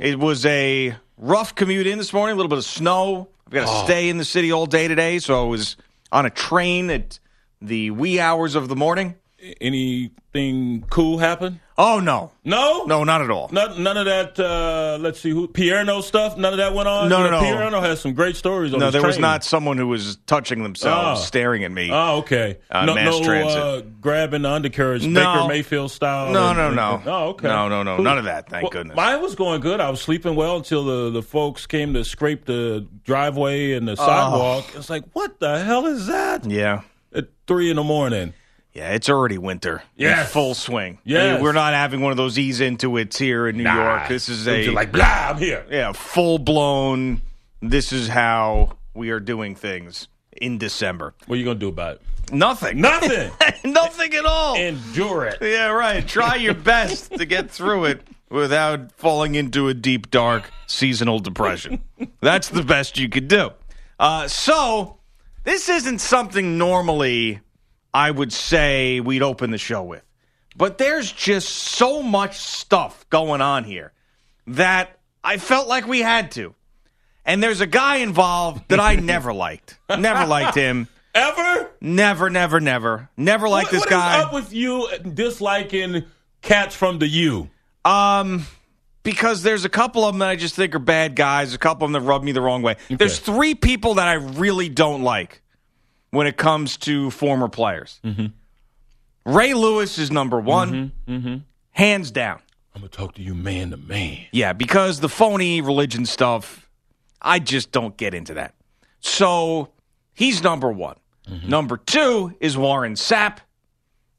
It was a rough commute in this morning, a little bit of snow. I've got to Oh. stay in the city all day today, so I was on a train at the wee hours of the morning. Anything cool happen? Oh, no. No, No, not at all. None, none of that. Uh, let's see who Pierno stuff. None of that went on. No, You no, know, no. Pierno has some great stories. on No, his there was train. not someone who was touching themselves, Oh. staring at me. Oh, okay. Uh, no, mass no transit. Uh, grabbing the undercarriage, No. Baker Mayfield style. No, and- no, and- no. and- Oh, okay. No, no, no. None of that, thank goodness. Mine was going good. I was sleeping well until the, the folks came to scrape the driveway Oh. and the sidewalk. It's like, what the hell is that? yeah. At three in the morning. Yeah, it's already winter. Yes. In full swing. Yes. I mean, we're not having one of those ease into it's here in New York. Ah, This is a You're like, blah, I'm here. yeah, full blown this is how we are doing things in December. What are you going to do about it? Nothing. Nothing. Nothing at all. Endure it. yeah, right. Try your best to get through it without falling into a deep, dark seasonal depression. That's the best you could do. Uh, so, this isn't something normally I would say we'd open the show with, but there's just so much stuff going on here that I felt like we had to. And there's a guy involved that I never liked. Never liked him. Ever? Never, never, never. Never liked What- this what is guy. up with you disliking cats from the U? Um, because there's a couple of them that I just think are bad guys. A couple of them that rub me the wrong way. There's three people that I really don't like when it comes to former players. Ray Lewis is number one, hands down. I'm going to talk to you man to man. Yeah, because the phony religion stuff, I just don't get into that. So he's number one. Number two is Warren Sapp.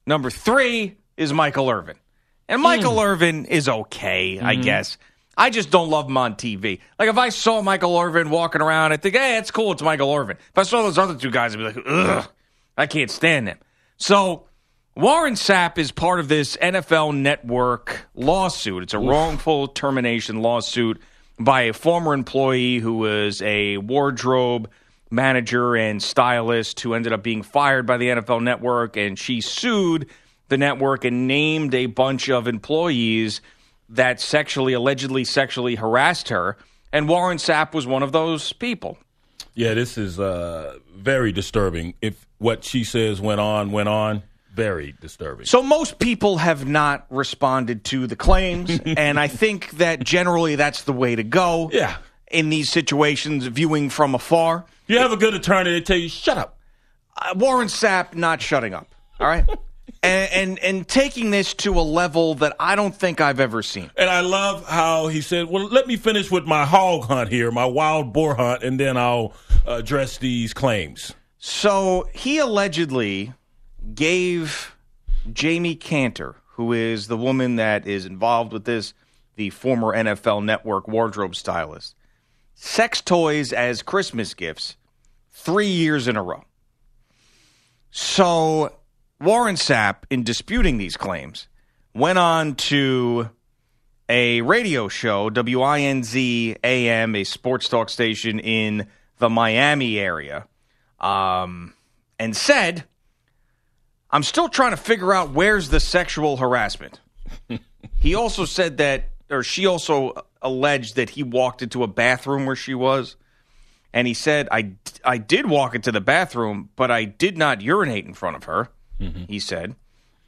Number three is Michael Irvin. And Michael Irvin is okay, I guess. I just don't love him on TV. Like if I saw Michael Irvin walking around, I think, hey, it's cool, it's Michael Irvin. If I saw those other two guys, I'd be like, ugh, I can't stand them. So Warren Sapp is part of this NFL network lawsuit. It's a wrongful termination lawsuit by a former employee who was a wardrobe manager and stylist who ended up being fired by the NFL network. And she sued the network and named a bunch of employees that sexually, allegedly sexually harassed her. And Warren Sapp was one of those people. Yeah, this is uh, very disturbing. If what she says went on, went on, very disturbing. So most people have not responded to the claims, and I think that generally that's the way to go. Yeah. In these situations, viewing from afar, you have a good attorney, they tell you, shut up. uh, Warren Sapp not shutting up. All right. And, and and taking this to a level that I don't think I've ever seen. And I love how he said, well, let me finish with my hog hunt here, my wild boar hunt, and then I'll uh, address these claims. So he allegedly gave Jamie Cantor, who is the woman that is involved with this, the former NFL network wardrobe stylist, sex toys as Christmas gifts three years in a row. So Warren Sapp, in disputing these claims, went on to a radio show, WINZ AM, a sports talk station in the Miami area um, and said, I'm still trying to figure out where's the sexual harassment. he also said that, or she also alleged that he walked into a bathroom where she was. And he said, I, I did walk into the bathroom, but I did not urinate in front of her, he said.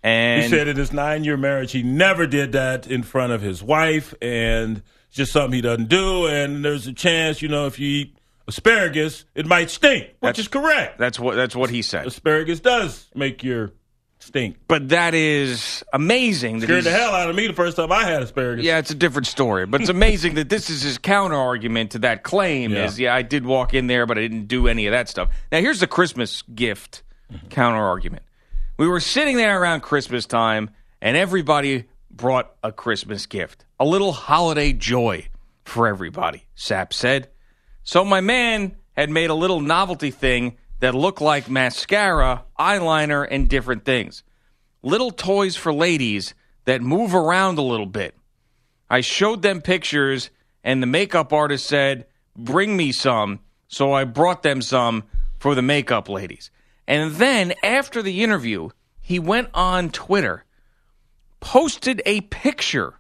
And He said in his nine year marriage, he never did that in front of his wife, and it's just something he doesn't do. And there's a chance, you know, if you eat asparagus, it might stink, which That's- is correct. that's what that's what he said. Asparagus does make your stink. But that is amazing. that Scared the he's- hell out of me the first time I had asparagus. Yeah, it's a different story, but it's amazing that this is his counter argument to that claim. Yeah. Is yeah, I did walk in there, but I didn't do any of that stuff. Now here's the Christmas gift counter argument. We were sitting there around Christmas time, and everybody brought a Christmas gift, a little holiday joy for everybody, Sapp said. So my man had made a little novelty thing that looked like mascara, eyeliner, and different things. Little toys for ladies that move around a little bit. I showed them pictures, and the makeup artist said, Bring me some. So I brought them some for the makeup ladies. And then after the interview, he went on Twitter, posted a picture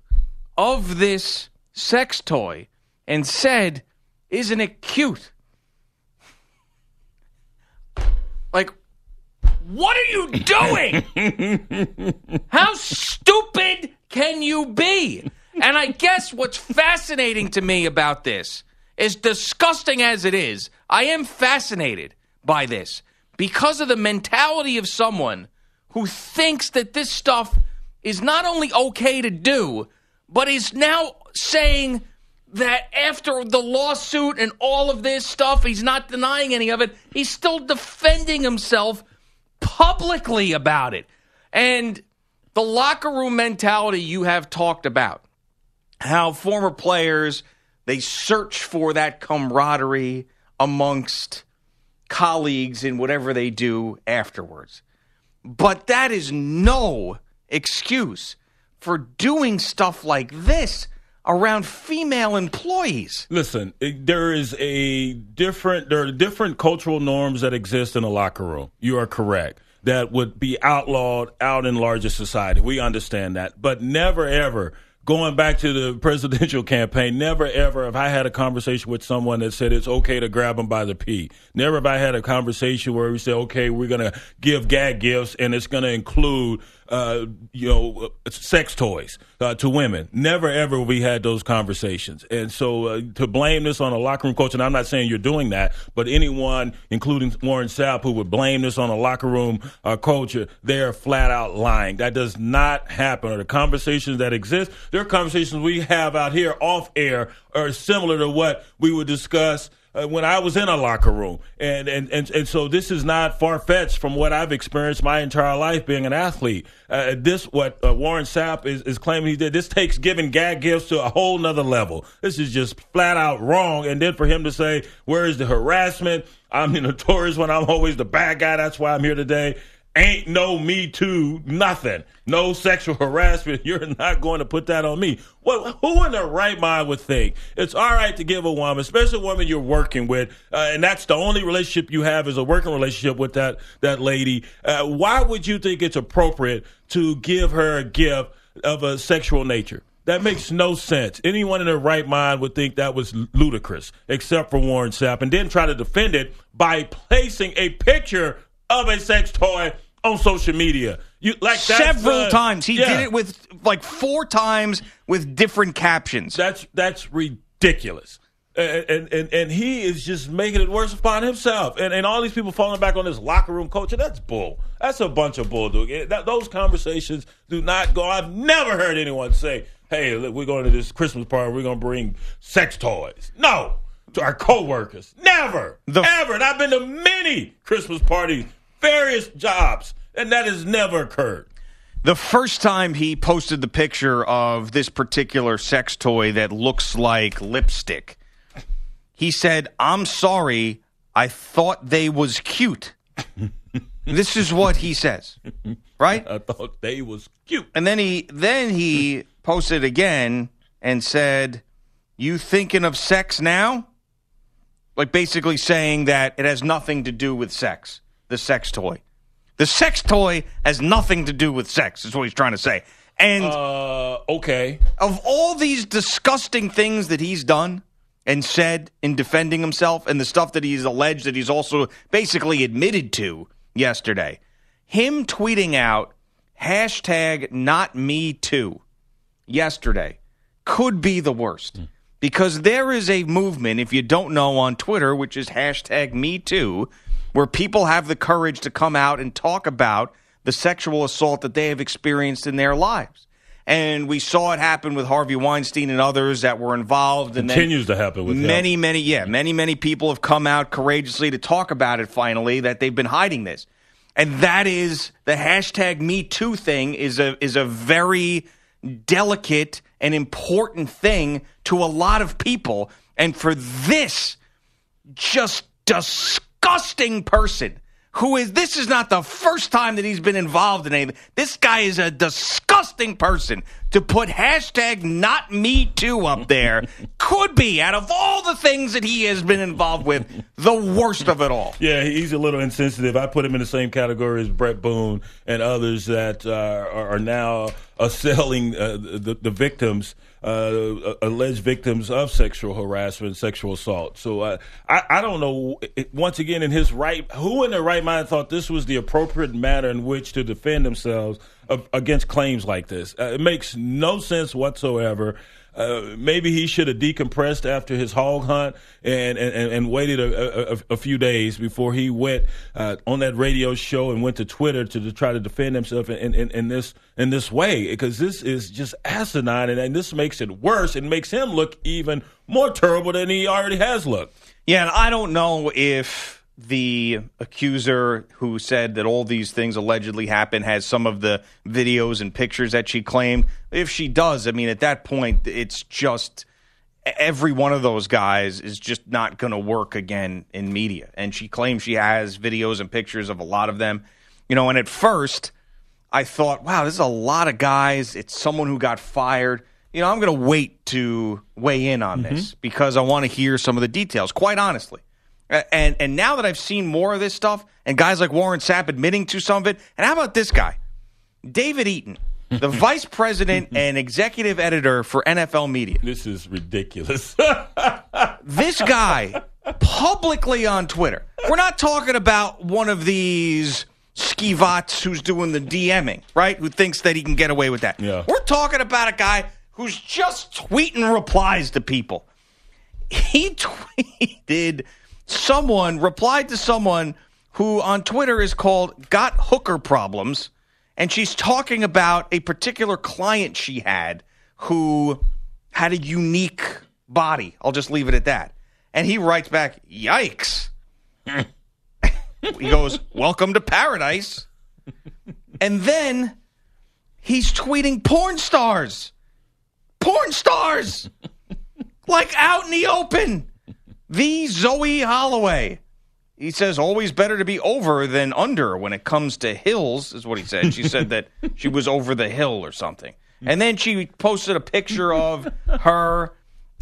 of this sex toy, and said, Isn't it cute? Like, what are you doing? How stupid can you be? And I guess what's fascinating to me about this, as disgusting as it is, I am fascinated by this because of the mentality of someone who thinks that this stuff is not only okay to do, but is now saying that after the lawsuit and all of this stuff, he's not denying any of it. He's still defending himself publicly about it. And the locker room mentality you have talked about, how former players they search for that camaraderie amongst colleagues in whatever they do afterwards. But that is no excuse for doing stuff like this around female employees. Listen, it- there is a different there are different cultural norms that exist in a locker room. You are correct. That would be outlawed out in larger society. We understand that. But never ever going back to the presidential campaign, never ever have I had a conversation with someone that said it's okay to grab them by the pee. Never have I had a conversation where we say, okay, we're going to give gag gifts and it's going to include, uh, you know, uh, sex toys uh, to women. Never ever have we had those conversations. And so uh, to blame this on a locker room coach, and I'm not saying you're doing that, but anyone, including Warren Sapp, who would blame this on a locker room uh, coach, they are flat out lying. That does not happen. Or the conversations that exist, there are conversations we have out here off air are similar to what we would discuss uh, when I was in a locker room. And, and, and, and so this is not far fetched from what I've experienced my entire life being an athlete. Uh, this, what uh, Warren Sapp is, is claiming he did, this takes giving gag gifts to a whole nother level. This is just flat out wrong. And then for him to say, where is the harassment? I'm the notorious one. I'm always the bad guy. That's why I'm here today. Ain't no me too, nothing. No sexual harassment. You're not going to put that on me. What? Who in their right mind would think it's all right to give a woman, especially a woman you're working with, uh, and that's the only relationship you have is a working relationship with that that lady? Uh, why would you think it's appropriate to give her a gift of a sexual nature? That makes no sense. Anyone in their right mind would think that was ludicrous, except for Warren Sapp, and then try to defend it by placing a picture of a sex toy on social media. You like that's, Several uh, times. He yeah, did it with like four times with different captions. That's that's ridiculous. And, and and and he is just making it worse upon himself, and and all these people falling back on this locker room culture. That's bull. That's a bunch of bull, dude. It- that- those conversations do not go. I've never heard anyone say, "Hey, look, we're going to this Christmas party. We're going to bring sex toys." No, to our coworkers. Never, The- ever. And I've been to many Christmas parties, various jobs, and that has never occurred. The first time he posted the picture of this particular sex toy that looks like lipstick, he said, "I'm sorry, I thought they was cute." this is what he says, right? I thought they was cute. And then he then he posted again and said, "You thinking of sex now?" Like basically saying that it has nothing to do with sex. The sex toy. The sex toy has nothing to do with sex. Is what he's trying to say. And Uh, okay. of all these disgusting things that he's done and said in defending himself and the stuff that he's alleged that he's also basically admitted to yesterday, him tweeting out hashtag not me too yesterday could be the worst because there is a movement, if you don't know, on Twitter, which is hashtag me too, where people have the courage to come out and talk about the sexual assault that they have experienced in their lives. And we saw it happen with Harvey Weinstein and others that were involved. And then Continues to happen with him. many, many, yeah, many, many people have come out courageously to talk about it finally that they've been hiding this. And that is the hashtag Me Too thing is a is a very delicate an important thing to a lot of people. And for this just disgusting person who is this is not the first time that he's been involved in anything. This guy is a disgusting person. To put hashtag not me too up there could be out of all the things that he has been involved with, the worst of it all. Yeah, he's a little insensitive. I put him in the same category as Brett Boone and others that uh, are are now assailing uh, the, the victims, uh, alleged victims of sexual harassment, sexual assault. So uh, I, I don't know, it- once again, in his right, who in their right mind thought this was the appropriate matter in which to defend themselves of, against claims like this? Uh, it makes no sense whatsoever. Uh, maybe he should have decompressed after his hog hunt and and, and- and waited a, a, a few days before he went uh, on that radio show and went to Twitter to, to try to defend himself in, in, in this in this way because this is just asinine and, and this makes it worse. It makes him look even more terrible than he already has looked. Yeah, and I don't know if the accuser who said that all these things allegedly happened has some of the videos and pictures that she claimed. If she does, I mean, at that point, it's just every one of those guys is just not going to work again in media. And she claims she has videos and pictures of a lot of them. You know, and at first, I thought, wow, this is a lot of guys. It's someone who got fired. You know, I'm going to wait to weigh in on this because I want to hear some of the details, quite honestly. A- And and now that I've seen more of this stuff and guys like Warren Sapp admitting to some of it, and how about this guy? David Eaton, the vice president and executive editor for NFL Media This is ridiculous. this guy publicly on Twitter. We're not talking about one of these skivats who's doing the DMing, right? Who thinks that he can get away with that. Yeah. We're talking about a guy who's just tweeting replies to people. He tweeted someone replied to someone who on Twitter is called Got Hooker Problems and she's talking about a particular client she had who had a unique body. I'll just leave it at that. And he writes back, "Yikes." he goes, "Welcome to paradise." And then he's tweeting porn stars. Porn stars. like out in the open. The Zoe Holloway. He says always better to be over than under when it comes to hills, is what he said. She said that she was over the hill or something. And then she posted a picture of her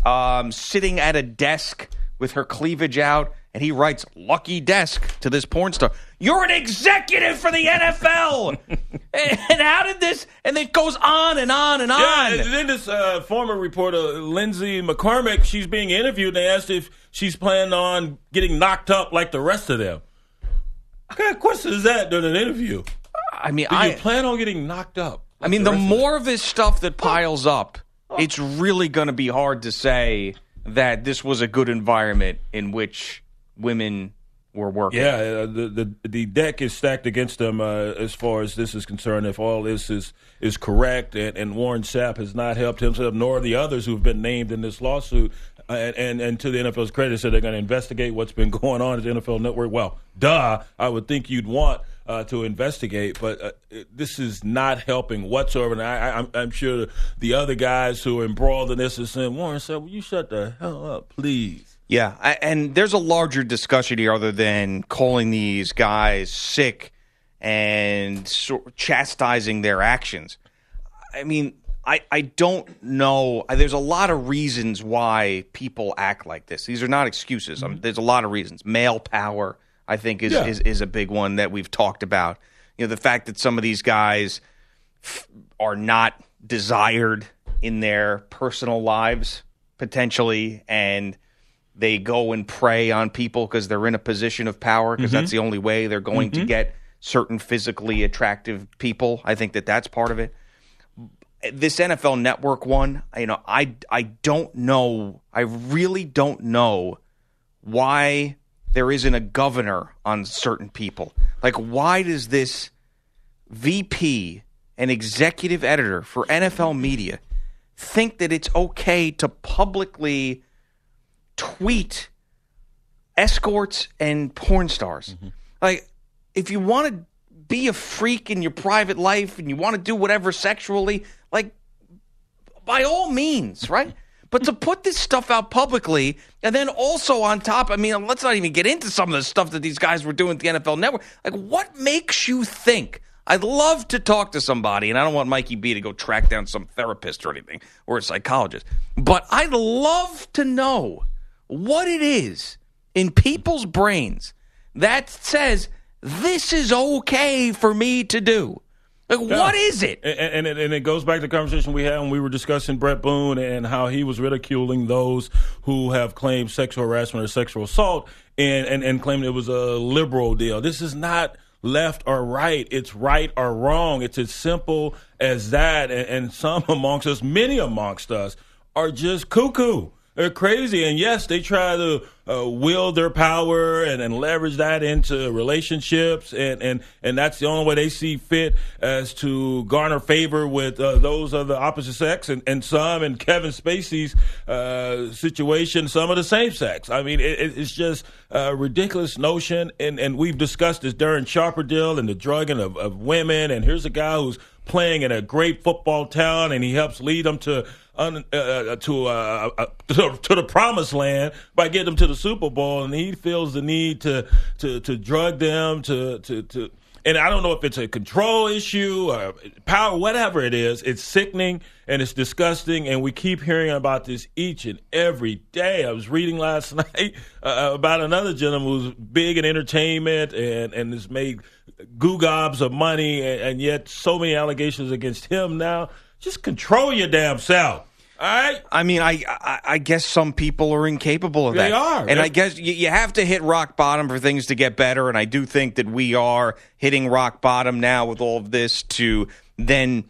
um, sitting at a desk with her cleavage out, and he writes, Lucky desk to this porn star. You're an executive for the NFL. and, and how did this? And it goes on and on and on. Yeah, and then this uh, former reporter Lindsay McCormick, she's being interviewed. and They asked if she's planning on getting knocked up like the rest of them. What kind of question is that during an interview? I mean, Do I. you plan on getting knocked up? I mean, the, more of this stuff that piles up, it's really going to be hard to say that this was a good environment in which women were working. Yeah, uh, the, the the deck is stacked against them uh, as far as this is concerned. If all this is is correct, and, and Warren Sapp has not helped himself, nor the others who've been named in this lawsuit, uh, and, and and to the NFL's credit, said they're going to investigate what's been going on at the NFL Network. Well, duh, I would think you'd want. Uh, to investigate, but uh, it- this is not helping whatsoever. And I, I, I'm, I'm sure the other guys who are embroiled in this are saying, Warren said, "Will you shut the hell up, please?" Yeah, I, and there's a larger discussion here other than calling these guys sick and sor- chastising their actions. I mean, I, I don't know. I- There's a lot of reasons why people act like this. These are not excuses. I mean, there's a lot of reasons. Male power, I think, is, Yeah. is, is a big one that we've talked about. You know, the fact that some of these guys are not desired in their personal lives potentially and they go and prey on people because they're in a position of power because that's the only way they're going to get certain physically attractive people i think that that's part of it this nfl network one you know i i don't know i really don't know why there isn't a governor on certain people like why does this VP and executive editor for NFL media think that it's okay to publicly tweet escorts and porn stars? Like, if you want to be a freak in your private life and you want to do whatever sexually, like, by all means, right? But to put this stuff out publicly, and then also on top, I mean, let's not even get into some of the stuff that these guys were doing at the NFL Network. Like, what makes you think? I'd love to talk to somebody, and I don't want Mikey B to go track down some therapist or anything or a psychologist, but I'd love to know what it is in people's brains that says this is okay for me to do. Like, what is it? And, and, it, and it goes back to the conversation we had when we were discussing Brett Boone and how he was ridiculing those who have claimed sexual harassment or sexual assault and, and, and claimed it was a liberal deal. This is not left or right. It's right or wrong. It's as simple as that. And, and some amongst us, many amongst us, are just cuckoo. They're crazy. And yes, they try to uh, wield their power and, and leverage that into relationships. And, and, and that's the only way they see fit as to garner favor with uh, those of the opposite sex and, and some in Kevin Spacey's uh, situation, some of the same sex. I mean, it, it- it's just a ridiculous notion. And, and we've discussed this during Chopper Deal and the drugging of, of women. And here's a guy who's playing in a great football town, and he helps lead them to un, uh, uh, to, uh, uh, to to the promised land by getting them to the Super Bowl, and he feels the need to to to drug them to to to. And I don't know if it's a control issue or power, whatever it is. It's sickening and it's disgusting, and we keep hearing about this each and every day. I was reading last night uh, about another gentleman who's big in entertainment and and has made gobs of money, and, and yet so many allegations against him now. Just control your damn self. All right. I mean, I, I I guess some people are incapable of They that. are. and I That's- guess you, you have to hit rock bottom for things to get better. And I do think that we are hitting rock bottom now with all of this to then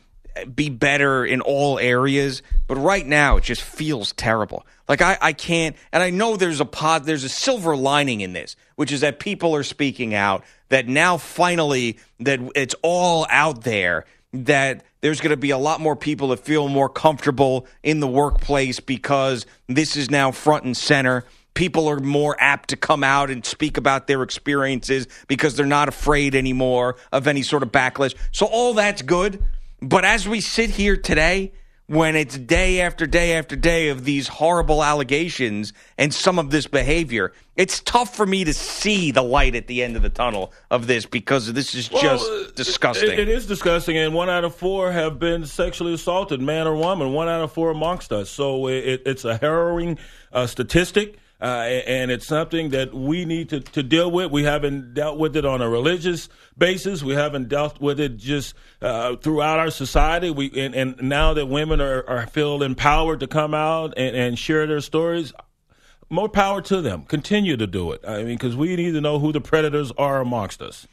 be better in all areas. But right now, it just feels terrible. Like I, I can't. And I know there's a pod. There's a silver lining in this, which is that people are speaking out. That now finally that it's all out there that there's going to be a lot more people that feel more comfortable in the workplace because this is now front and center. People are more apt to come out and speak about their experiences because they're not afraid anymore of any sort of backlash. So, all that's good. But as we sit here today, when it's day after day after day of these horrible allegations and some of this behavior, it's tough for me to see the light at the end of the tunnel of this because this is just Well, it- disgusting. it- it is disgusting, and one out of four have been sexually assaulted, man or woman. One out of four amongst us. So it, it, it's a harrowing uh, statistic. Uh, a- and it's something that we need to, to deal with. We haven't dealt with it on a religious basis. We haven't dealt with it just uh, throughout our society. We and, and now that women are, are feel empowered to come out and, and share their stories, more power to them. Continue to do it. I mean, because we need to know who the predators are amongst us.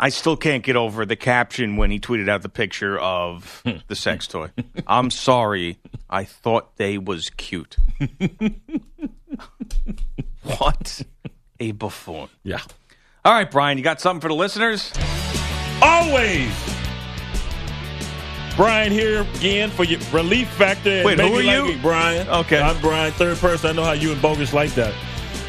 I still can't get over the caption when he tweeted out the picture of Hmm. the sex toy. I'm sorry, I thought they was cute. what a buffoon. Yeah. All right, Brian, you got something for the listeners? always. Brian here again for your relief factor. and Wait, maybe who are like you? me, Brian? Okay. I'm Brian, third person. I know how you and Bogus like that.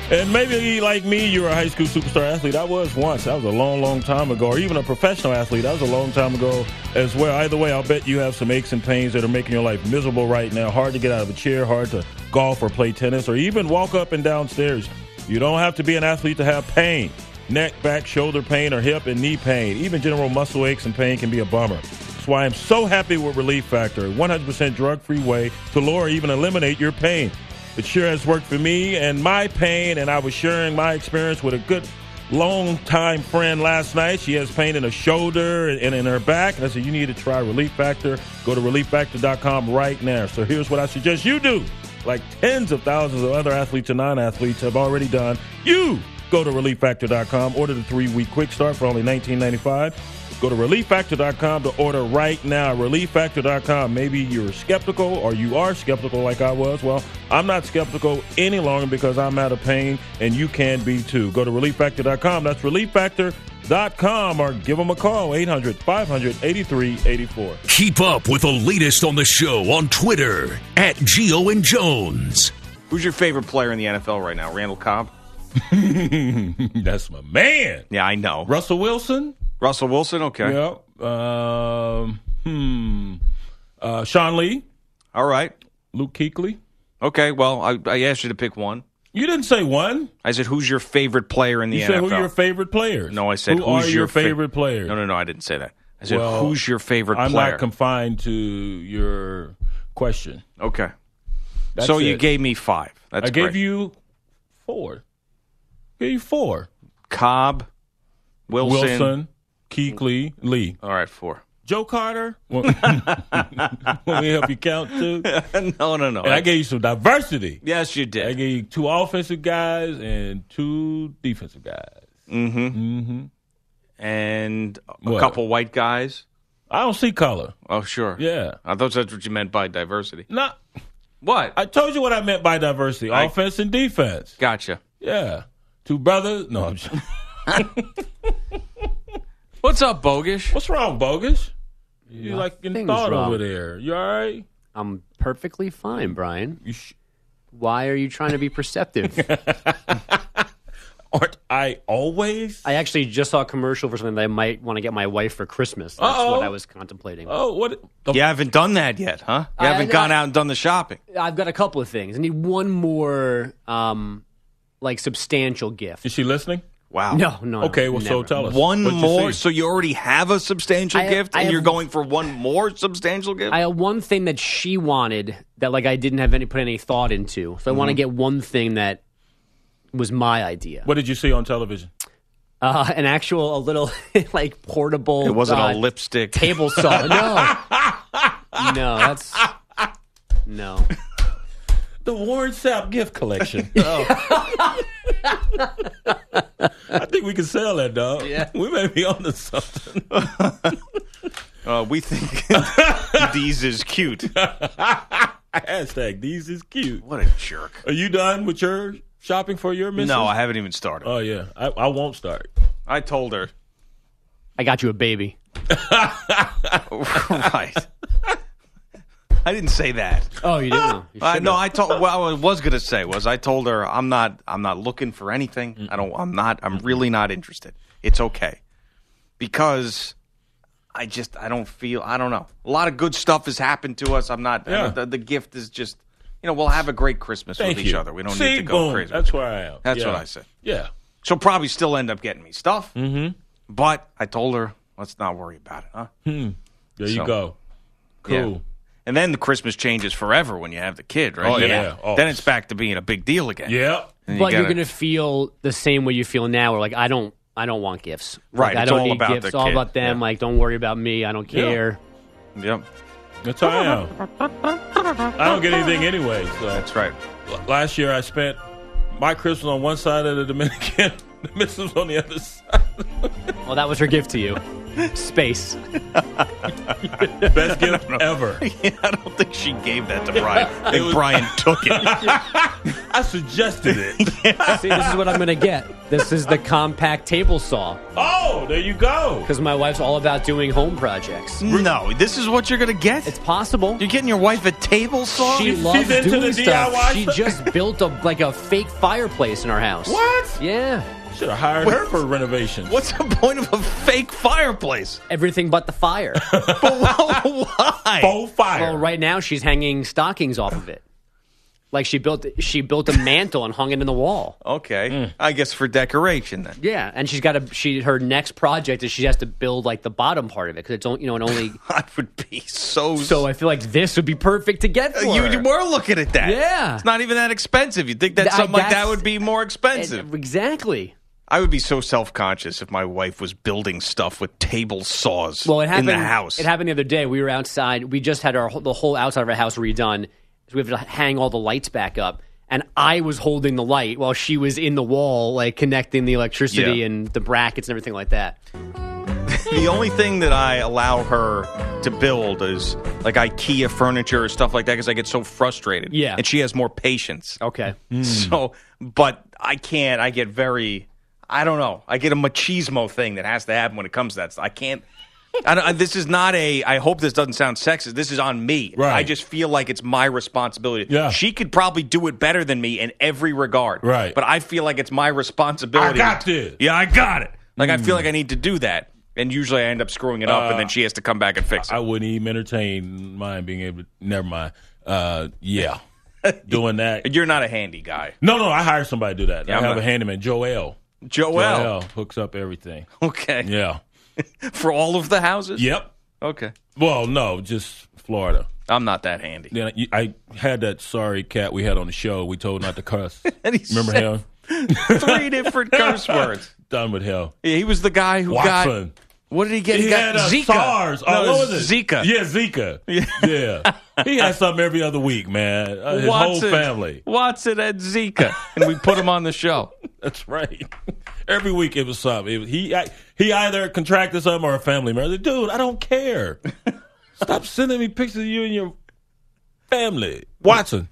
And maybe like me, you're a high school superstar athlete. I was once. That was a long, long time ago. Or even a professional athlete. That was a long time ago as well. Either way, I'll bet you have some aches and pains that are making your life miserable right now. Hard to get out of a chair, hard to golf or play tennis, or even walk up and downstairs. You don't have to be an athlete to have pain. Neck, back, shoulder pain, or hip and knee pain. Even general muscle aches and pain can be a bummer. That's why I'm so happy with Relief Factor, a 100% drug free way to lower or even eliminate your pain. It sure has worked for me and my pain, and I was sharing my experience with a good longtime friend last night. She has pain in her shoulder and in her back. And I said, You need to try Relief Factor. Go to relieffactor.com right now. So here's what I suggest you do. Like tens of thousands of other athletes and non athletes have already done, you go to relieffactor.com, order the three week quick start for only $19.95. Go to relieffactor.com to order right now. Relieffactor.com. Maybe you're skeptical or you are skeptical like I was. Well, I'm not skeptical any longer because I'm out of pain and you can be too. Go to relieffactor.com. That's relieffactor.com or give them a call 800 500 8384. Keep up with the latest on the show on Twitter at Geo and Jones. Who's your favorite player in the NFL right now? Randall Cobb? That's my man. Yeah, I know. Russell Wilson? Russell Wilson? Okay. Yep. Um, hmm. Uh, Sean Lee? All right. Luke Kuechly. Okay. Well, I, I asked you to pick one. You didn't say one. I said, who's your favorite player in the You NFL? said who your favorite players. no, I said, who who's are your fa- favorite players. No, no, no. I didn't say that. I said, Well, who's your favorite I'm player? not confined to your question. okay. That's so you it. gave me five. That's I gave great. you four. Gave you four. Cobb, Wilson. Wilson, Keekly, Lee, All right, four. Joe Carter. Want want me to help you count too? And no, no, no. I gave you some diversity. yes, you I did. gave you two offensive guys and two defensive guys. and a What? couple white guys. I don't see color. Oh, sure. Yeah. I thought that's what you meant by diversity. No, What? I told you what I meant by diversity: I- offense and defense. gotcha. Yeah, two brothers. No, I'm just- What's up, Bogish? what's wrong, bogus? You like in Nothing's thought wrong. over there? You all right? I'm perfectly fine, Brian. You sh- Why are you trying to be perceptive? aren't I always? I actually just saw a commercial for something that I might want to get my wife for Christmas. That's Uh-oh. what I was contemplating. oh, what? The You haven't done that yet, huh? You I- haven't I- gone out and done the shopping. I've got a couple of things. I need one more, um, like substantial gift. Is she listening? Wow. No, no. no, Okay, well, so never. tell us. Uh, One What'd you more. see? so you already have a substantial I- gift, I and have- you're going for one more substantial gift. I have one thing that she wanted that like I didn't have any put any thought into. So I want to get one thing that was my idea. Mm-hmm. What did you see on television? Uh, an actual a little like portable. it wasn't uh, a lipstick. table saw. No, no, that's no. The Warren Sapp gift collection. Oh. I think we can sell that, dog. Yeah. We may be on to something. Uh, we think these is cute. Hashtag these is cute. What a jerk. Are you done with your shopping for your missus? No, I haven't even started. Uh. Oh, yeah. I, I won't start. I told her. I got you a baby. right. I didn't say that. Oh, you didn't know. You I, should no, know. I told. What I was gonna say was I told her I'm not. I'm not looking for anything. I don't. I'm not. I'm really not interested. It's okay, because I just. I don't feel. I don't know. A lot of good stuff has happened to us. I'm not. Yeah. The, the gift is just. You know, we'll have a great Christmas Thank with you. each other. We don't See, need to go boom. crazy. That's where I am. That's Yeah. what I said. Yeah. She'll probably still end up getting me stuff. Mm-hmm. But I told her let's not worry about it. Huh? There you So- go. Cool. Yeah. And then the Christmas changes forever when you have the kid, right? Oh, Then- yeah. Oh. Then it's back to being a big deal again. Yeah. And you but you're gotta- gonna feel the same way you feel now. Or like I don't, I don't want gifts. Right, Like, I it's don't all need about gifts. the It's all kid, about them. yeah. Like don't worry about me. I don't Yeah. care. Yep. That's how I am. I don't get anything anyway, so. That's right. last year I spent my Christmas on one side of the Dominican, the missus on the other side. Well, that was her gift to you. Space. Best gift ever. I don't think she gave that to Brian. I think Brian took it. I suggested it. See, this is what I'm gonna get. This is the compact table saw oh, there you go. because my wife's all about doing home projects. no, this is what you're gonna get. It's possible. you're getting your wife a table saw. She She's loves into doing the stuff. DIY She stuff? just built a like a fake fireplace in our house. What? Yeah, Should have hired her for renovations. What's the point of a fake fireplace? everything but the fire. But why? Faux fire. well, right now she's hanging stockings off of it. Like she built she built a mantle and hung it in the wall. Okay, I guess for decoration then. Yeah, and she's got a she her next project is she has to build like the bottom part of it because it's only you know and only. I would be so. so Oh, I feel like this would be perfect to get for you, her. you were looking at that. Yeah. it's not even that expensive. You'd think that Th- I- something like that that's- would be more expensive. And- exactly. I would be so self conscious if my wife was building stuff with table saws Well, it happened in the house. It happened the other day. We were outside. We just had our whole- the whole outside of our house redone. So we have to hang all the lights back up. And I was holding the light while she was in the wall, like connecting the electricity Yeah. and the brackets and everything like that. The only thing that I allow her to build is like IKEA furniture or stuff like that because I get so frustrated. Yeah. And she has more patience. Okay. So, but I can't. I get very, I don't know. I get a machismo thing that has to happen when it comes to that. stuff. I can't. I don't, I- this is not a. I hope this doesn't sound sexist. This is on me. Right. I just feel like it's my responsibility. Yeah. She could probably do it better than me in every regard. Right. But I feel like it's my responsibility. I got this. Yeah, I got it. Like Hmm. I feel like I need to do that, and usually Uh, I end up screwing it up, and then she has to come back and fix it. I wouldn't even entertain mine being able to. Never mind. Uh, yeah, doing that. You're not a handy guy. No, no, I hire somebody to do that. Yeah, I I'm have not- a handyman, Joel. Joel. hooks up everything. Okay. Yeah. For all of the houses? Yep. Okay. Well, no, just Florida. I'm not that handy. Then I, I had that sorry cat we had on the show. We told not to cuss. And he Remember said him? three different curse words. Done with hell. Yeah, He was the guy who got. Watson. What did he get? He, he got had uh, Zika. SARS. Oh, No, what was it? Zika. Yeah, Zika. Yeah. he had something every other week, man. Uh, his whole family. Watson had Zika, and we put him on the show. That's right. every week it was something. It was, he I, he either contracted something or a family member. I said, Dude, I don't care. Stop sending me pictures of you and your family. Watson.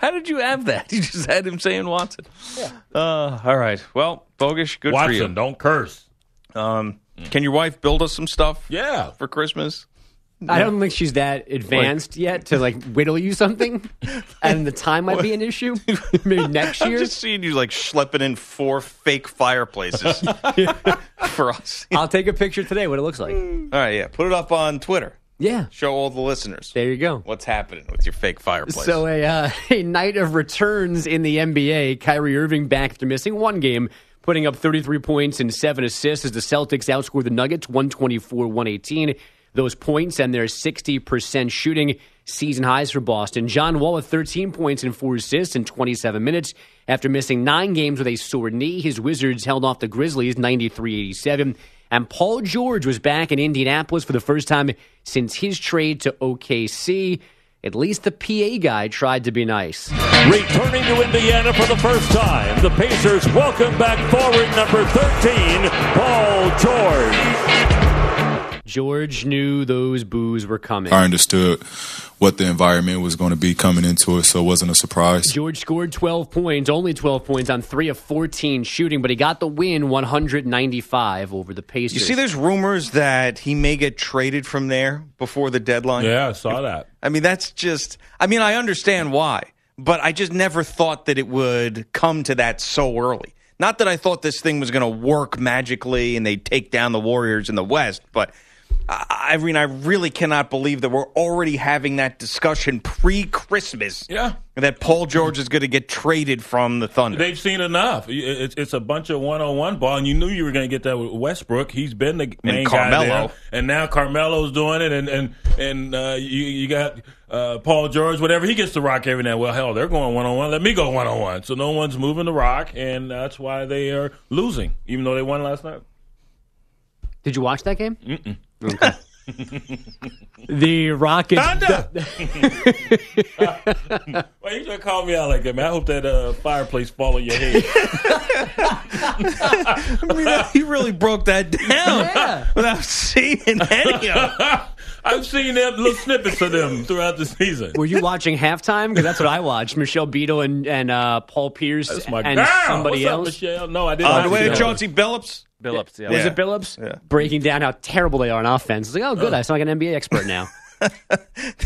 How did you have that? You just had him saying Watson. Uh, all right. Well, Bogish, good Watson, don't curse. for you. Um, can your wife build us some stuff Yeah. for Christmas? I don't think she's that advanced yet to like whittle you something, and the time might be an issue. Maybe next I'm year. just seeing you like schlepping in four fake fireplaces for us. All I'll take a picture today. What it looks like. right, yeah. Put it up on Twitter. Yeah, Show all the listeners there you go. what's happening with your fake fireplace. So a uh, a night of returns in the NBA. Kyrie Irving back after missing one game, putting up 33 points and seven assists as the Celtics outscored the Nuggets 124-118. Those points and their 60% shooting season highs for Boston. John Wall with 13 points and four assists in 27 minutes after missing nine games with a sore knee. His Wizards held off the Grizzlies 93-87. And Paul George was back in Indianapolis for the first time since his trade to OKC. At least the PA guy tried to be nice. Returning to Indiana for the first time, the Pacers welcome back forward number 13, Paul George. George knew those boos were coming. I understood what the environment was going to be coming into it, so it wasn't a surprise. George scored 12 points, only 12 points on 3 of 14 shooting, but he got the win 195 over the Pacers. you see, there's rumors that he may get traded from there before the deadline. Yeah, I saw that. I mean, that's just, I mean, I understand why, but I just never thought that it would come to that so early. Not that I thought this thing was going to work magically and they'd take down the Warriors in the West, but I, I mean, I really cannot believe that we're already having that discussion pre Christmas Yeah. that Paul George is going to get traded from the Thunder. They've seen enough. It- It's, it's a bunch of one on one ball, and you knew you were going to get that with Westbrook. He's been the main Carmelo. guy there, and now Carmelo's doing it, and and and uh, you you got uh, Paul George, whatever he gets to rock every now. Well, hell, they're going one on one. Let me go one on one. So no one's moving the rock, and that's why they are losing, even though they won last night. Did you watch that game? Mm-mm. the Rockets. Thunder. Why you trying to call me out like that, man? I hope that uh, fireplace fall on your head. I mean, that- he really broke that down without seeing any of it. I've seen them little snippets of them throughout the season. Were you watching halftime? Because that's what I watched. Michelle Beadle and, and uh, Paul Pierce That's my and girl. somebody What's Up, else. Michelle? No, I didn't. By watch the way, that. Chauncey Billups. Billups, yeah. Was it Billups breaking down how terrible they are on offense? It's like, oh, good, I sound like an NBA expert now.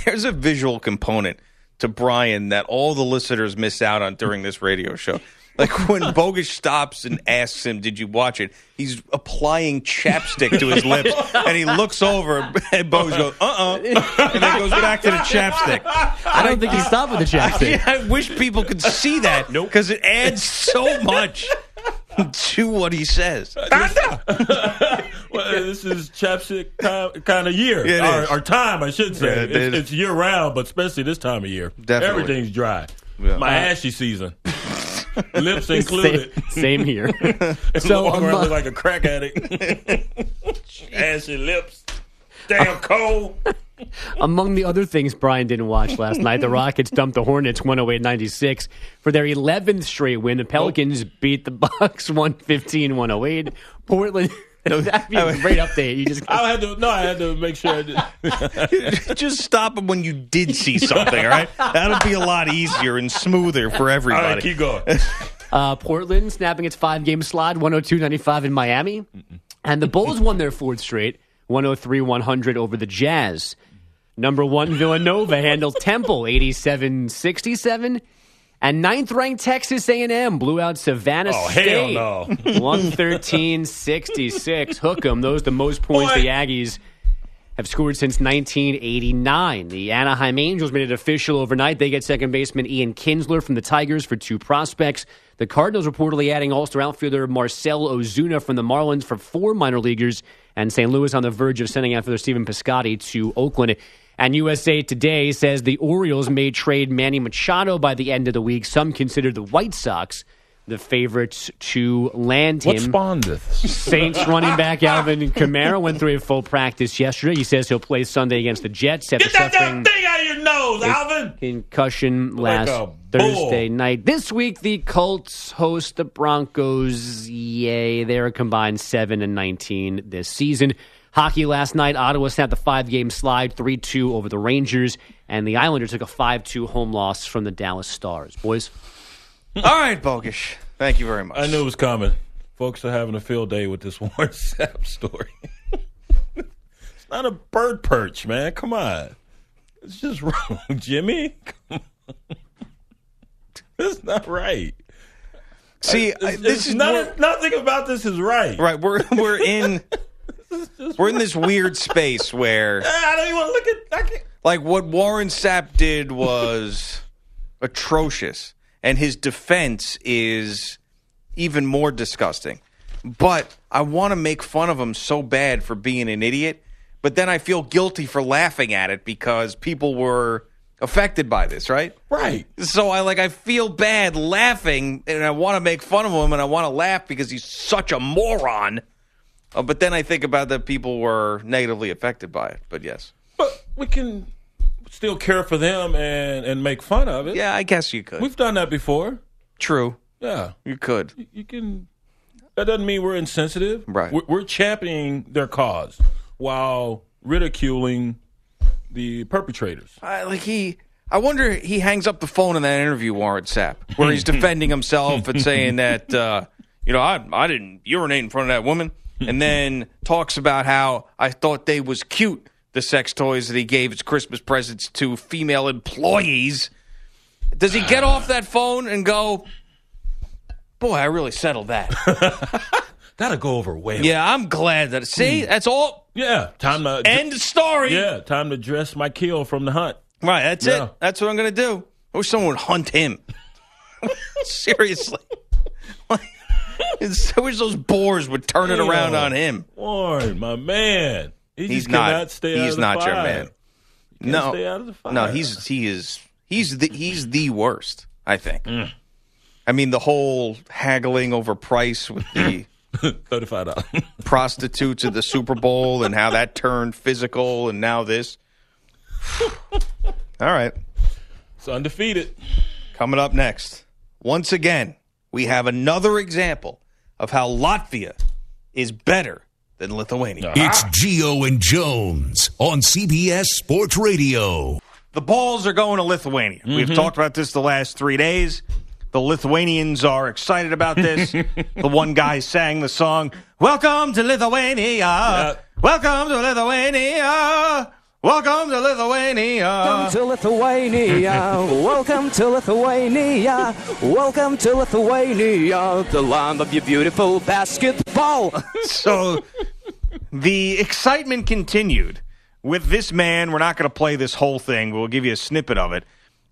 there's a visual component to Brian that all the listeners miss out on during this radio show. Like when Bogus stops and asks him, "Did you watch it?" He's applying chapstick to his lips, and he looks over, and Bogus goes, "Uh uh," and then goes back to the chapstick. I don't think he stopped with the chapstick. I wish people could see that because it adds so much to what he says. Well, uh, this is chapstick kind of year, It or, is. or time, I should say. Yeah, it it's, is. it's year round, but especially this time of year. Definitely. Uh, everything's dry. My ashy season, lips included. Same, same here. So so walk around among, look like a crack addict. ashy lips, Uh, damn cold. among the other things Brian didn't watch last night, the Rockets dumped the Hornets 108-96 for their 11th straight win. The Pelicans beat the Bucks 115-108. Portland, that'd be a great update. You just I had to no, I had to make sure. I did. Just stop him when you did see something. All right, that'll be a lot easier and smoother for All everybody. right, keep going. Uh, Portland snapping its five game slide, 102.95 in Miami. And the Bulls won their fourth straight, 103 100 over the Jazz. Number one, Villanova handled Temple, 87 67. And ninth ranked Texas A&M blew out Savannah Oh, hell State, no. 113 66. Hook 'em. Those the most points Boy. the Aggies have scored since 1989. The Anaheim Angels made it official overnight. They get second baseman Ian Kinsler from the Tigers for two prospects. The Cardinals reportedly adding all-star outfielder Marcel Ozuna from the Marlins for four minor leaguers, and St. Louis on the verge of sending outfielder Stephen Piscotty to Oakland. And USA Today says the Orioles may trade Manny Machado by the end of the week. Some consider the White Sox the favorites to land him. What spawned this? Saints running back Alvin Kamara went through a full practice yesterday. He says he'll play Sunday against the Jets after Get that damn suffering thing out of your nose, Alvin. concussion Like last a bull. Thursday night. This week, the Colts host the Broncos. Yay, they're a combined seven and nineteen this season. Hockey last night, Ottawa snapped the five-game slide, three-two over the Rangers, and the Islanders took a five-two home loss from the Dallas Stars. Boys, All right, Bogish. Thank you very much. I knew it was coming. Folks are having a field day with this Warren Sapp story. it's not a bird perch, man. Come on. It's just wrong, Jimmy. Come on. It's not right. See, I- It's- this it's is not- we're- nothing about this is right. right. We're we're in we're in this weird space where I don't even want to look at. I can't. like what Warren Sapp did was atrocious, and his defense is even more disgusting. But I want to make fun of him so bad for being an idiot, but then I feel guilty for laughing at it because people were affected by this, right? Right. So I like I feel bad laughing, and I want to make fun of him, and I want to laugh because he's such a moron. Uh, but then I think about that people were negatively affected by it. But yes, But we can still care for them and and make fun of it. yeah, I guess you could. We've done that before. True, Yeah. you could. You can. That doesn't mean we're insensitive. Right. We're, we're championing their cause while ridiculing the perpetrators. I, like he, I wonder he hangs up the phone in that interview, Warren Sapp, where he's defending himself and saying that uh, you know I I didn't urinate in front of that woman, and then talks about how I thought they was cute the sex toys that he gave as Christmas presents to female employees. Does he get off that phone and go? Boy, I really settled that. That'll go over way. yeah, I'm glad that. See, that's all. Yeah. Time to. End of story. yeah. Time to dress my kill from the hunt. Right, that's Yeah. it. That's what I'm gonna do. I wish someone would hunt him. Seriously. Like, it's- I wish those boars would turn it around Damn. on him. Warren, my man. He He's just cannot not- Stay out he's of the not your fire. man. Can't no, Stay out of the fire. no, he's he is he's the he's the worst. I think. Mm. I mean, the whole haggling over price with the thirty-five dollars. prostitutes at the Super Bowl and how that turned physical, and now this. All right. it's undefeated. Coming up next, once again, we have another example of how Latvia is better than Lithuania. It's Geo and Jones on CBS Sports Radio. The balls are going to Lithuania. We've talked about this the last three days. The Lithuanians are excited about this. the one guy sang the song, Welcome to Lithuania. Welcome to Lithuania. Welcome to Lithuania. to Lithuania. Welcome to Lithuania. Welcome to Lithuania, the land of your beautiful basketball. so the excitement continued with this man. We're not going to play this whole thing, but we'll give you a snippet of it.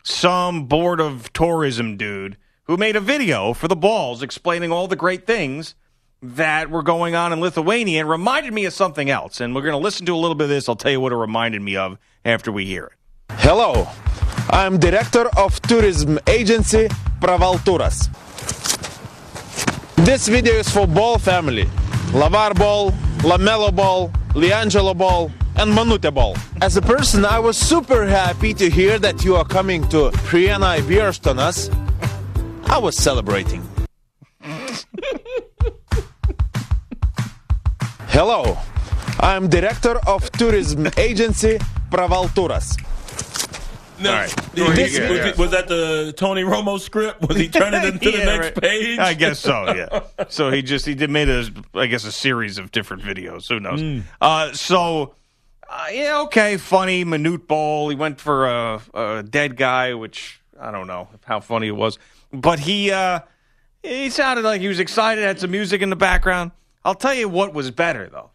Some board of tourism dude who made a video for the balls explaining all the great things that were going on in Lithuania and reminded me of something else. And we're going to listen to a little bit of this. I'll tell you what it reminded me of after we hear it. Hello, I'm director of tourism agency Pravalturas. This video is for ball family. Lavar ball, Lamelo ball, Liangelo ball, and Manute ball. As a person, I was super happy to hear that you are coming to Priena Bierstonas. I was celebrating. Hello, I'm director of tourism agency Pravalturas. No, This- was, it- was that the Tony Romo script? Was he turning it to the Yeah, next right. page? I guess so. Yeah. so he just he did made a I guess a series of different videos. Who knows? Hmm. Uh, so uh, yeah, okay, funny minute ball. He went for a, a dead guy, which I don't know how funny it was, but he uh, he sounded like he was excited. Had some music in the background. I'll tell you what was better though.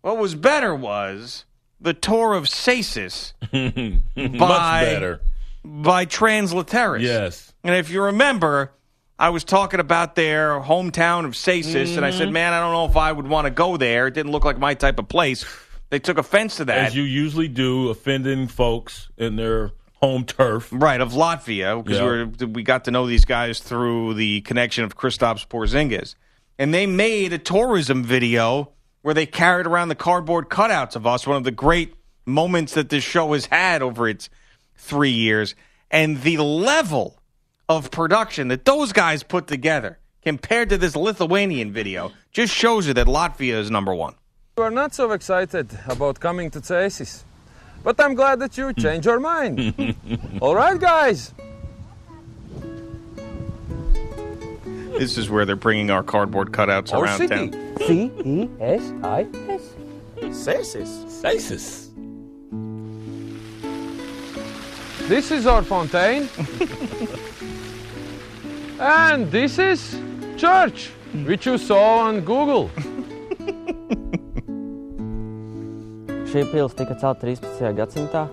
What was better was the Tour of Sasis Much by better. by Transliteris. Yes. And if you remember, I was talking about their hometown of Sasis, and I said, "Man, I don't know if I would want to go there. It didn't look like my type of place." They took offense to that, As you usually do, offending folks in their home turf. right? Of Latvia, because Yeah. we got to know these guys through the connection of Kristaps Porzingis, and they made a tourism video where they carried around the cardboard cutouts of us. One of the great moments that this show has had over its three years, and the level of production that those guys put together compared to this Lithuanian video just shows you that Latvia is number one. You are not so excited about coming to Cesis, but I'm glad that you changed your mind. All right, guys. This is where they're bringing our cardboard cutouts Our around city. town. C E S I S. Cesis. Cesis. This is our fountain. and this is church, which you saw on Google. Šī pils tika celta 13. gadsimtā.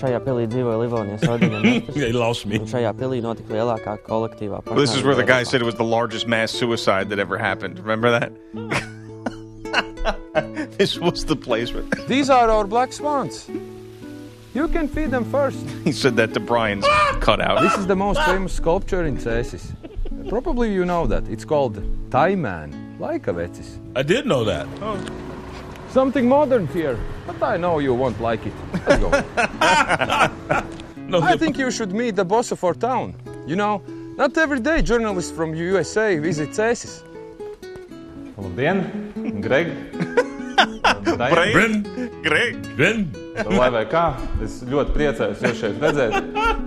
Šajā pilī dzīvoja Livonijas ordinārijas. šajā pilī notika lielākā kolektīvā Well, this is where the pašnāvība guy said it was the largest mass suicide that ever happened. Remember that? Hmm. this was the place where These are our black swans. You can feed them first. he said that to Brian's cutout. This is the most famous sculpture in Cesis. Probably you know that. It's called Thai Man, Laikavetis. I did know that. Something modern here, but I know you won't like it. Let's go. I think you should meet the boss of our town. You know, not every day journalists from USA visit Cesis. Labdien, Greg! Bren. Greg! Bren! Lai vai kā, es ļoti priecājos jūs šeit redzēt.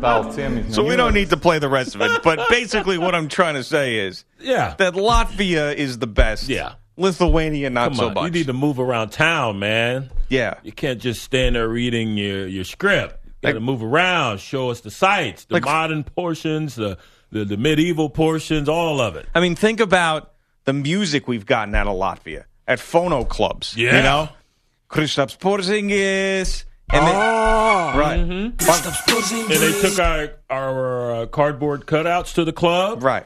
Tālu ciemiņš. So we don't need to play the rest of it. But basically, what I'm trying to say is, yeah, that Latvia is the best. Yeah, Lithuania not Come so on, much. You need to move around town, man. Yeah. You can't just stand there reading your, your script. You got to move around, show us the sights, the modern portions, the, the, the medieval portions, all of it. I mean, think about the music we've gotten out of Latvia at phono clubs. Yeah. You know? Kristaps Porzingis. And then, Oh. right. And they took our, our uh, cardboard cutouts to the club. Right.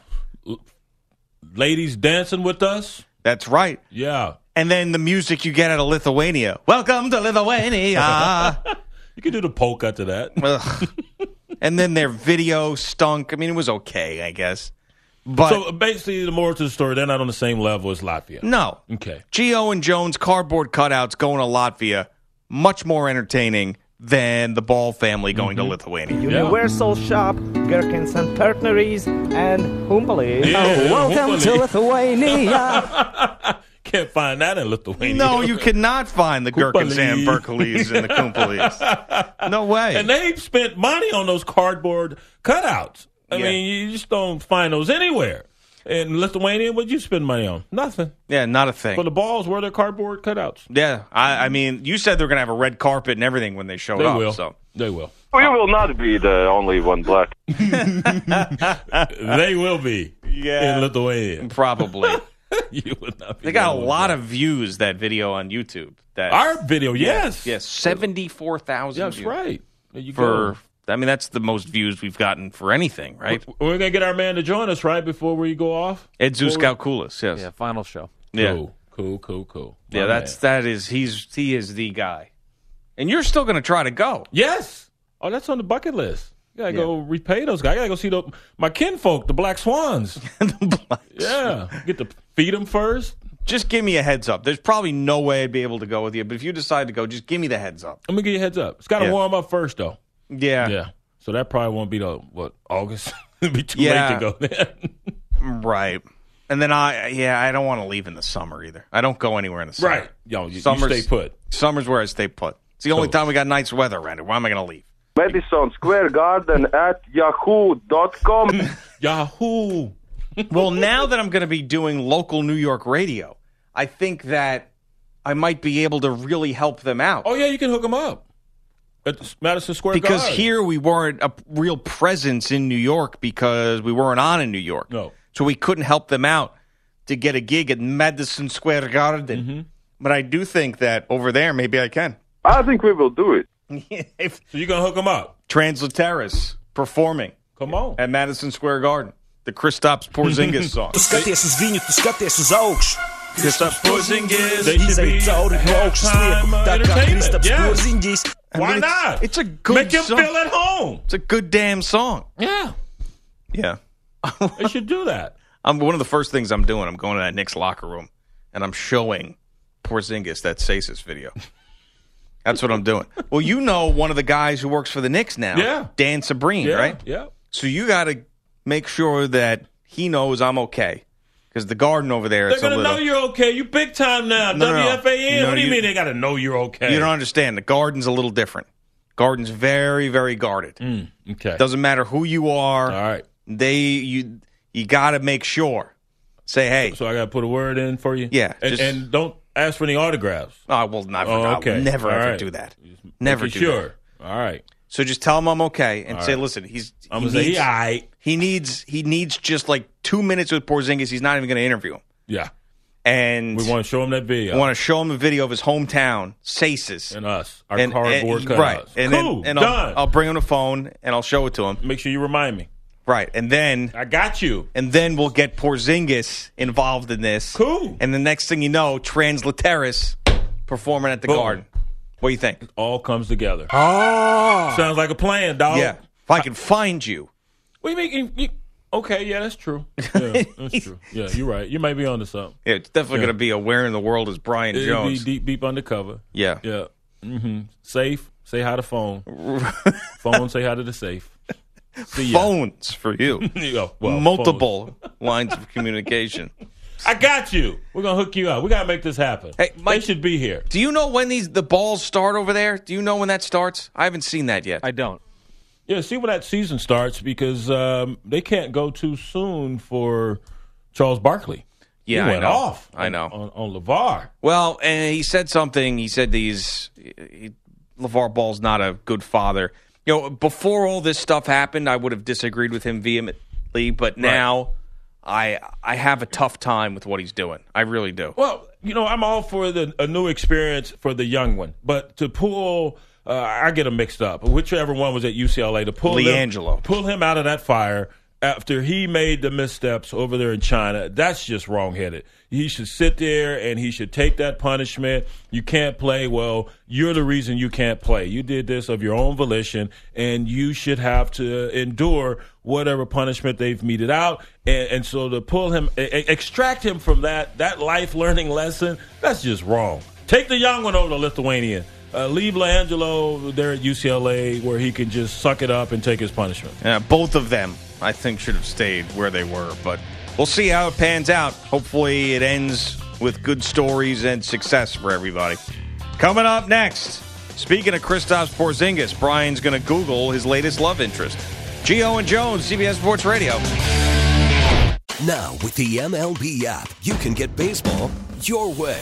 Ladies dancing with us. That's right. Yeah. And then the music you get out of Lithuania. Welcome to Lithuania. you could do the polka to that. and then their video stunk. I mean, it was okay, I guess. But so basically, the moral to the story, they're not on the same level as Latvia. no. Okay. Geo and Jones cardboard cutouts going to Latvia much more entertaining than the Ball family going Mm-hmm. to Lithuania. Universal Shop, Gherkins and Partneries, and Humbly. Yeah, Oh, Welcome Humpaley. to Lithuania. Can't find that in Lithuania. No, you cannot find the Gherkins and Kumpalis. Berkeleys and the Kumpalis. No way. And they spent money on those cardboard cutouts. I Yeah. mean, you just don't find those anywhere. In Lithuania, what'd you spend money on? Nothing. Yeah, not a thing. But the balls were their cardboard cutouts. Yeah, I, I mean, you said they're going to have a red carpet and everything when they showed They up. will. So they will. We will not be the only one black. Uh, They will be Yeah. in Lithuania. Probably. you would not be They got a the lot of views that video on YouTube. That Our video, yes. yes, seventy-four thousand. That's right. There you For go. I mean, that's the most views we've gotten for anything, right? We're going to get our man to join us, right, before we go off? Ed Before we- Zeuskaukulis, yes. Yeah, final show. Yeah, Cool, cool, cool, cool. yeah. My That's that is he's he is the guy, and you're still going to try to go. Yes. Oh, that's on the bucket list. You gotta go repay those guys. I gotta go see the, my kinfolk, the black swans. yeah, get to feed them first. Just give me a heads up. There's probably no way I'd be able to go with you, but if you decide to go, just give me the heads up. Let me give you a heads up. It's gotta Yeah. warm up first, though. Yeah. yeah. So that probably won't be the what August. It'd be too Yeah. late to go then. Right. And then I yeah, I don't want to leave in the summer either. I don't go anywhere in the summer. Right. Yo, you- you stay put. Summer's where I stay put. It's the only time we got nice weather around here. Why am I going to leave? Madison Square Garden at yahoo.com. Yahoo. well, now that I'm going to be doing local New York radio, I think that I might be able to really help them out. Oh yeah, you can hook them up at the Madison Square because Garden. here we weren't a real presence in New York because we weren't on in New York. No. So we couldn't help them out to get Mm-hmm. a gig at Madison Square Garden. But I do think that over there, maybe I can. I think we will do it. if so you're gonna hook them up. Transliteris performing. Come on. At Madison Square Garden. The Kristaps Porzingis song. Tu skaties uz viņu, tu skaties uz augšu. Kristaps Porzingis. Izai cauri no augšas lieku, tā kā entertainment, Kristaps yeah. Porzingis. I mean, it's- It's a good Make him song. feel at home. It's a good damn song. Yeah. Yeah. They should do that. I'm one of the first things I'm doing. I'm going to that Knicks locker room and I'm showing Porzingis that Sasis video. That's what I'm doing. Well, you know one of the guys who works for the Knicks now, Yeah. Dan Sabrine, Yeah, right? yeah. So you got to make sure that he knows I'm okay because the garden over there. They're it's a gonna little, know you're okay. You big time now. No, no, no. WFAN. No, what do you, you- mean they gotta know you're okay? You don't understand. The garden's a little different. Garden's very, very guarded. okay. Doesn't matter who you are. All Mm. right. They you you got to make sure. Say hey. So I gotta put a word in for you. Yeah. And, just- and don't ask for any autographs. I will never. Oh, I okay. will never All ever right. do that. Never do Making that. sure. All right. So just tell him I'm okay and All say, right. listen, he's I'm he gonna say, needs, "He all right." he needs he needs just like two minutes with Porzingis. He's not even going to interview him. Yeah. And We want to show them that video. want to show him a video of his hometown, Saces, and us, our and, cardboard and- cutouts. right? And Cool, then and I'll, done. I'll bring him the phone and I'll show it to him. Make sure you remind me. Right, and then I got you. And then we'll get Porzingis involved in this. Cool. And the next thing you know, Translateris performing at the Boom. Garden. What do you think? all comes together. Oh, sounds like a plan, dog. Yeah. If I can find you, What do you mean? You, you, okay, yeah, that's true. Yeah, that's true. Yeah, you're right. You might be onto something. Yeah, it's definitely Yeah. going to be a where in the world is Brian It'd Jones? be deep, deep undercover. yeah. Yeah. Mm-hmm. Safe. Say hi to phone. phone. Say hi to the safe. See ya. Phones for you. Yeah, well, Multiple lines of communication. I got you. We're gonna hook you up. We gotta make this happen. Hey, Mike, they should be here. Do you know when these the balls start over there? Do you know when that starts? I haven't seen that yet. I don't. Yeah, see when that season starts because um, they can't go too soon for Charles Barkley. Yeah, he I went know. off. I know. on, on Levar. Well, and he said something. He said these he, LeVar Ball's not a good father. You know, before all this stuff happened, I would have disagreed with him vehemently, but now I I have a tough time with what he's doing. I really do. Well, you know, I'm all for the a new experience for the young one, but to pull, uh, I get them mixed up. Whichever one was at UCLA to pull LiAngelo. him, pull him out of that fire after he made the missteps over there in China. That's just wrongheaded. He should sit there and he should take that punishment. You can't play. Well, you're the reason you can't play. You did this of your own volition, and you should have to endure whatever punishment they've meted out. And, and so to pull him, e- e- extract him from that that life learning lesson, that's just wrong. Take the young one over to Lithuania. Uh, leave LaAngelo there at UCLA where he can just suck it up and take his punishment. Yeah, both of them, I think, should have stayed where they were. But we'll see how it pans out. Hopefully, it ends with good stories and success for everybody. Coming up next, speaking of Kristaps Porzingis, Brian's going to Google his latest love interest. Gio and Jones, CBS Sports Radio. Now, with the MLB app, you can get baseball your way.